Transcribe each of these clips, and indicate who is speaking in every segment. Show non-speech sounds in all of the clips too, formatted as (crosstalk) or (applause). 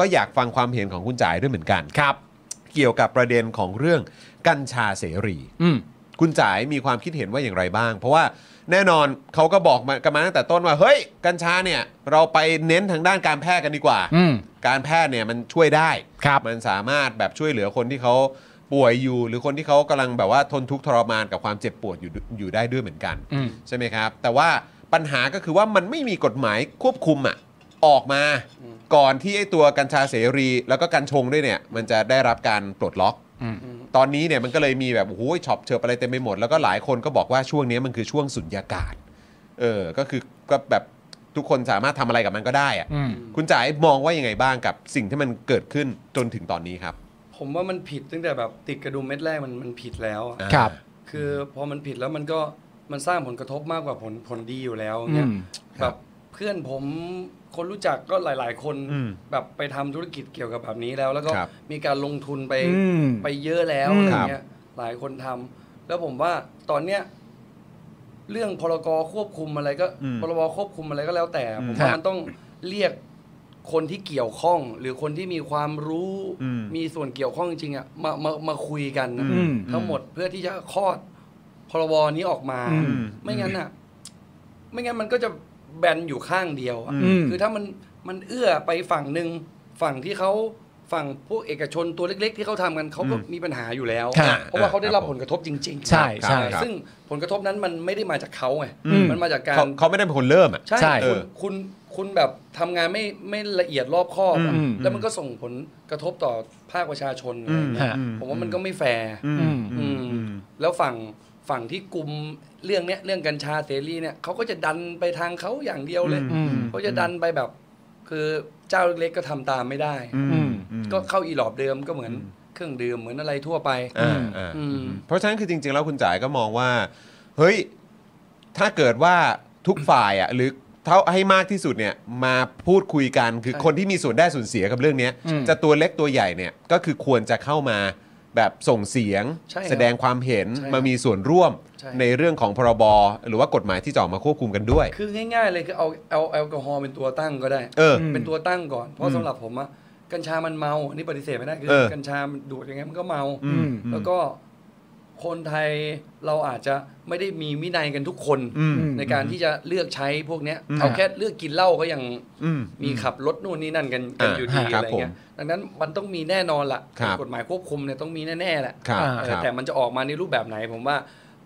Speaker 1: ก็อยากฟังความเห็นของคุณจ๋ายด้วยเหมือนกัน
Speaker 2: ครับ
Speaker 1: เกี่ยวกับประเด็นของเรื่องกัญชาเสรี
Speaker 2: อืม
Speaker 1: คุณจ๋ายมีความคิดเห็นว่าอย่างไรบ้าง เพราะว่าแน่นอนเขาก็บอกมากันมาตั้งแต่ต้นว่า เฮ้ย กัญชาเนี่ย เราไปเน้นทางด้านการแพทย์กันดีกว่า
Speaker 2: อืม
Speaker 1: การแพทย์เนี่ยมันช่วยได้
Speaker 2: ครับ
Speaker 1: มันสามารถแบบช่วยเหลือคนที่เขาป่วยอยู่ หรือคนที่เขากำลังแบบว่าทนทุกข์ทรมานกับความเจ็บปวดอยู่อยู่ได้ด้วยเหมือนกัน
Speaker 2: อืม
Speaker 1: ใช่ไหมครับ แต่ว่าปัญหาก็คือว่ามันไม่มีกฎหมายควบคุมอ่ะออกมา ก่อนที่ไอ้ตัวกัญชาเสรี แล้วก็กัญชงด้วยเนี่ย มันจะได้รับการปลดล็อก
Speaker 2: อืม
Speaker 1: ตอนนี้เนี่ยมันก็เลยมีแบบโอ้โหช็อปเชิบอะไรเต็มไปหมด แล้วก็หลายคนก็บอกว่าช่วงนี้มันคือช่วงสุญญากาศ เออ ก็คือก็แบบทุกคนสามารถทำอะไรกับมันก็ได้อ่ะ
Speaker 2: อืม
Speaker 1: คุณจ๋ายมองว่ายังไงบ้างกับสิ่งที่มันเกิดขึ้นจนถึงตอนนี้ครับ
Speaker 3: ผมว่ามันผิดตั้งแต่แบบติดกระดุมเม็ดแรกมันมันผิดแล้วอะ
Speaker 2: ครับ
Speaker 3: คือพอมันผิดแล้วมันก็มันสร้างผลกระทบมากกว่าผลผลดีอยู่แล้ว
Speaker 2: อื
Speaker 3: เนี่ย
Speaker 2: ม
Speaker 3: แบบเพื่อนผมคนรู้จักก็หลาย ๆ คน
Speaker 1: อืม
Speaker 3: แบบไปทำธุรกิจเกี่ยวกับแบบนี้แล้ว แล้วก็
Speaker 1: ครับ
Speaker 3: มีการลงทุนไป
Speaker 2: อืม
Speaker 3: ไปเยอะแล้ว
Speaker 2: อืม
Speaker 3: อะไรเงี้ยหลายคนทำแล้วผมว่าตอนเนี้ยเรื่องพรกควบคุมอะไรก็
Speaker 1: อืม
Speaker 3: พรบควบคุมอะไรก็แล้วแต่
Speaker 1: อืม
Speaker 3: ผม
Speaker 2: ครั
Speaker 3: ว่า
Speaker 2: บ
Speaker 3: มันต้องเรียกคนที่เกี่ยวข้อง หรือคนที่มีความรู้
Speaker 1: อืม
Speaker 3: มีส่วนเกี่ยวข้องจริงๆอ่ะมามามาคุยกันนะ
Speaker 2: อืม
Speaker 3: ทั้งหมดเพื่อที่จะคลอดพรบนี้ออกมา
Speaker 2: อืม
Speaker 3: ไม่งั้นอ่ะ ไม่งั้นมันก็จะแบนอยู่ข้างเดียวอะ
Speaker 1: อื
Speaker 2: อืม
Speaker 3: คือถ้ามันมันเอื้อไปฝั่งหนึ่งฝั่งที่เขาฝั่งพวกเอกชนตัวเล็ก ๆ ที่เขาทำกันเขาก็
Speaker 1: อืม
Speaker 3: มีปัญหาอยู่แล้ว
Speaker 2: ค่ะ
Speaker 3: เพราะว่าเขาได้รับ
Speaker 1: ครับผม
Speaker 3: ผลกระทบจริงๆ
Speaker 2: ใช่ใช่
Speaker 1: ครับ
Speaker 3: ซึ่งผลกระทบนั้นมันไม่ได้มาจากเขาไง
Speaker 2: อืม
Speaker 3: มันมาจากการ
Speaker 1: เขาเขาไม่ได้เป็นคนเริ่มอ่ะ
Speaker 3: ใช่
Speaker 2: ใช่
Speaker 3: คุณ
Speaker 1: เออ
Speaker 3: คุณคุณแบบทำงานไม่ไม่ละเอียดรอบคอบอะ
Speaker 2: อืม
Speaker 3: แล้วมันก็ส่งผลกระทบต่อภาคประชาชนอะไรเงี้ย
Speaker 2: ฮะ
Speaker 3: ผมว่ามันก็ไม่แฟร์
Speaker 2: อืม
Speaker 3: อืม
Speaker 1: อืม
Speaker 3: แล้วฝั่งฝั่งที่กลุ่มเรื่องเนี้ยเรื่องกัญชาเสรีเนี่ยเขาก็จะดันไปทางเขาอย่างเดียวเลย
Speaker 2: อืม
Speaker 3: เขาจะดันไปแบบ คือเจ้าเล็กๆก็ทำตามไม่ได้
Speaker 2: อืม
Speaker 3: ก็เข้าอีหลอบเดิมก็เหมือนเครื่องดื่มเหมือนอะไรทั่วไป
Speaker 1: อ่า
Speaker 2: อืม
Speaker 1: อ่า
Speaker 3: อืม
Speaker 1: เพราะฉะนั้นคือจริง ๆ แล้วคุณจ๋ายก็มองว่า เฮ้ย ถ้าเกิดว่าทุกฝ่ายอ่ะหรือเท่าให้มากที่สุดเนี่ยมาพูดคุยกันคือ
Speaker 3: ใช่
Speaker 1: คนที่มีส่วนได้ส่วนเสียกับเรื่องเนี้ย
Speaker 2: อืม
Speaker 1: จะตัวเล็กตัวใหญ่เนี่ยก็คือควรจะเข้ามาแบบส่งเสียง
Speaker 3: ใช่ครับ
Speaker 1: แสดงความเห็น
Speaker 3: ใช่ครับ
Speaker 1: มามีส่วนร่วม
Speaker 3: ใช่
Speaker 1: ในเรื่องของพรบหรือว่ากฎหมายที่จะออกมาควบคุมกันด้วย
Speaker 3: คือง่าย ๆ เลยคือเอาเอาแอลกอฮอล์เป็นตัวตั้งก็ได้
Speaker 1: เออ
Speaker 2: ม
Speaker 3: เป็นตัวตั้งก่อน เพราะสำหรับผมอะกัญชามันเมา อันนี้ปฏิเสธไม่ได้คือ
Speaker 1: เออ
Speaker 3: กัญชามันดูดยังไงมันก็เมา
Speaker 1: อืม
Speaker 3: แล้วก็คนไทยเราอาจจะไม่ได้มีวินัยกันทุกคน
Speaker 1: อืม
Speaker 3: ในการที่จะเลือกใช้พวกเนี้ย
Speaker 1: อืม
Speaker 3: เอาแค่เลือกกินเหล้าก็ยัง
Speaker 1: อืม
Speaker 3: มีขับรถนู่นนี่นั่นกันกัน
Speaker 1: อ่า
Speaker 3: อยู่ดี
Speaker 1: ครั
Speaker 3: อะ
Speaker 1: บ
Speaker 3: ไรเงี้ยดังนั้นมันต้องมีแน่นอนละ
Speaker 1: ครับ
Speaker 3: กฎหมายควบคุมเนี่ยต้องมีแน่ๆแหละ
Speaker 1: ครับ
Speaker 2: อ่า
Speaker 1: ค
Speaker 3: เออ
Speaker 1: รับ
Speaker 3: แต่มันจะออกมาในรูปแบบไหน ผมว่า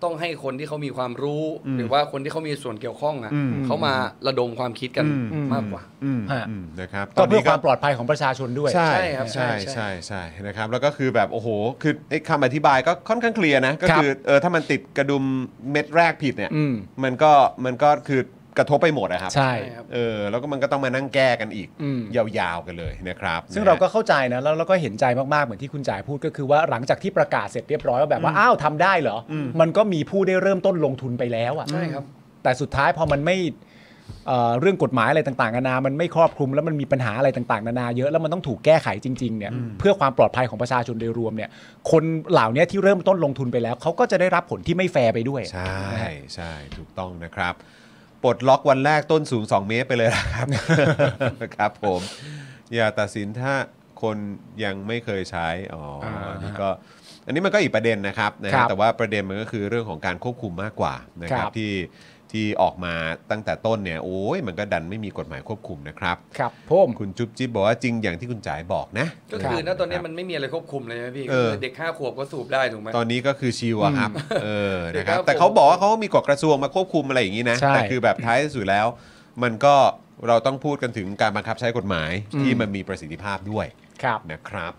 Speaker 3: ต้องให้คนที่เขามีความรู้
Speaker 1: อืม
Speaker 3: หรือว่าคนที่เขามีส่วนเกี่ยวข้องอ่ะ
Speaker 1: อืม
Speaker 3: เขามาระดมความคิดกัน
Speaker 1: อืม
Speaker 3: มากกว่า
Speaker 1: อืม
Speaker 2: ฮะ
Speaker 1: อืมนะครับ
Speaker 2: ก็เพื่อความปลอดภัยของประชาชนด้วย
Speaker 1: ใช่
Speaker 3: ใช่ครับ
Speaker 1: ใช่
Speaker 3: ใช่ใช่
Speaker 1: ใช่ใช่นะครับแล้วก็คือแบบโอ้โหคือไอ้คำอธิบายก็ค่อนข้างเคลียร์นะก็
Speaker 2: ครับ
Speaker 1: คือเออถ้ามันติดกระดุมเม็ดแรกผิดเนี่ย
Speaker 2: อืม
Speaker 1: มันก็มันก็คือกระทบไปหมดนะครับ
Speaker 2: ใช่
Speaker 3: ใช่ครับ
Speaker 1: เออแล้วก็มันก็ต้องมานั่งแก้กันอีก
Speaker 2: อืม
Speaker 1: ยาวๆกันเลยนะครับ
Speaker 2: ซึ่ง
Speaker 1: นะฮะ
Speaker 2: เราก็เข้าใจนะแล้วเราก็เห็นใจมากๆ เหมือนที่คุณจ่ายพูดก็คือว่าหลังจากที่ประกาศเสร็จเรียบร้อยว่าแบบว่าอ้าวทำได้เหรออมันก็มีผู้ได้เริ่มต้นลงทุนไปแล้วอ่ะ
Speaker 3: ใช่ครับ
Speaker 2: แต่สุดท้ายพอมันไม่เอ่อเรื่องกฎหมายอะไรต่างๆนานา มันไม่ครอบคลุมแล้วมันมีปัญหาอะไรต่างๆนานาเยอะแล้วมันต้องถูกแก้ไขจริงๆเนี่ยเพื่อความปลอดภัยของประชาชนโดยรวมเนี่ย คนเหล่านี้ที่เริ่มต้นลงทุนไปแล้วเขาก็จะได้รับผลที่ไม่แฟร์ไปด้วย
Speaker 1: ใช่ใช่ถูกต้องนะครับ ปลดล็อกวันแรกต้นสูง 2 เมตรไปเลยนะครับ (laughs) ครับผม อย่าตัดสินถ้าคนยังไม่เคยใช้อ๋ออา นี่ก็ อันนี้มันก็อีกประเด็นนะครับนะ
Speaker 2: ครั
Speaker 1: ฮะ
Speaker 2: บ
Speaker 1: แต่ว่าประเด็นมันก็คือเรื่องของการควบคุมมากกว่านะครับ
Speaker 2: ครับ
Speaker 1: ที่ที่ออกมาตั้งแต่ต้นเนี่ยโอ้ยมันก็ดันไม่มีกฎหมายควบคุมนะครับ
Speaker 2: ครับผม
Speaker 1: คุณจุ๊บจิ๊บบอกว่าจริงอย่างที่คุณจ๋ายบอกนะ
Speaker 3: ก็คือณตอนนี้มันไม่มีอะไรควบคุมเลยนะพี่
Speaker 1: เออ
Speaker 3: คือเด็กห้าขวบก็สูบได้ถูกไหม
Speaker 1: ตอนนี้ก็คือชิวอะครับ เออ นะครับ
Speaker 3: เดี๋ยวครับ
Speaker 1: แต่เขาบอกว่าเขามีกฎกระทรวงมาควบคุมอะไรอย่างนี้นะ
Speaker 2: ใช่
Speaker 1: แต่คือแบบท้ายสุดแล้ว มันก็เราต้องพูดกันถึงการบังคับใช้กฎหมาย
Speaker 2: อืม
Speaker 1: ที่มันมีประสิทธิภาพด้วย
Speaker 2: ครับ
Speaker 1: นะครับ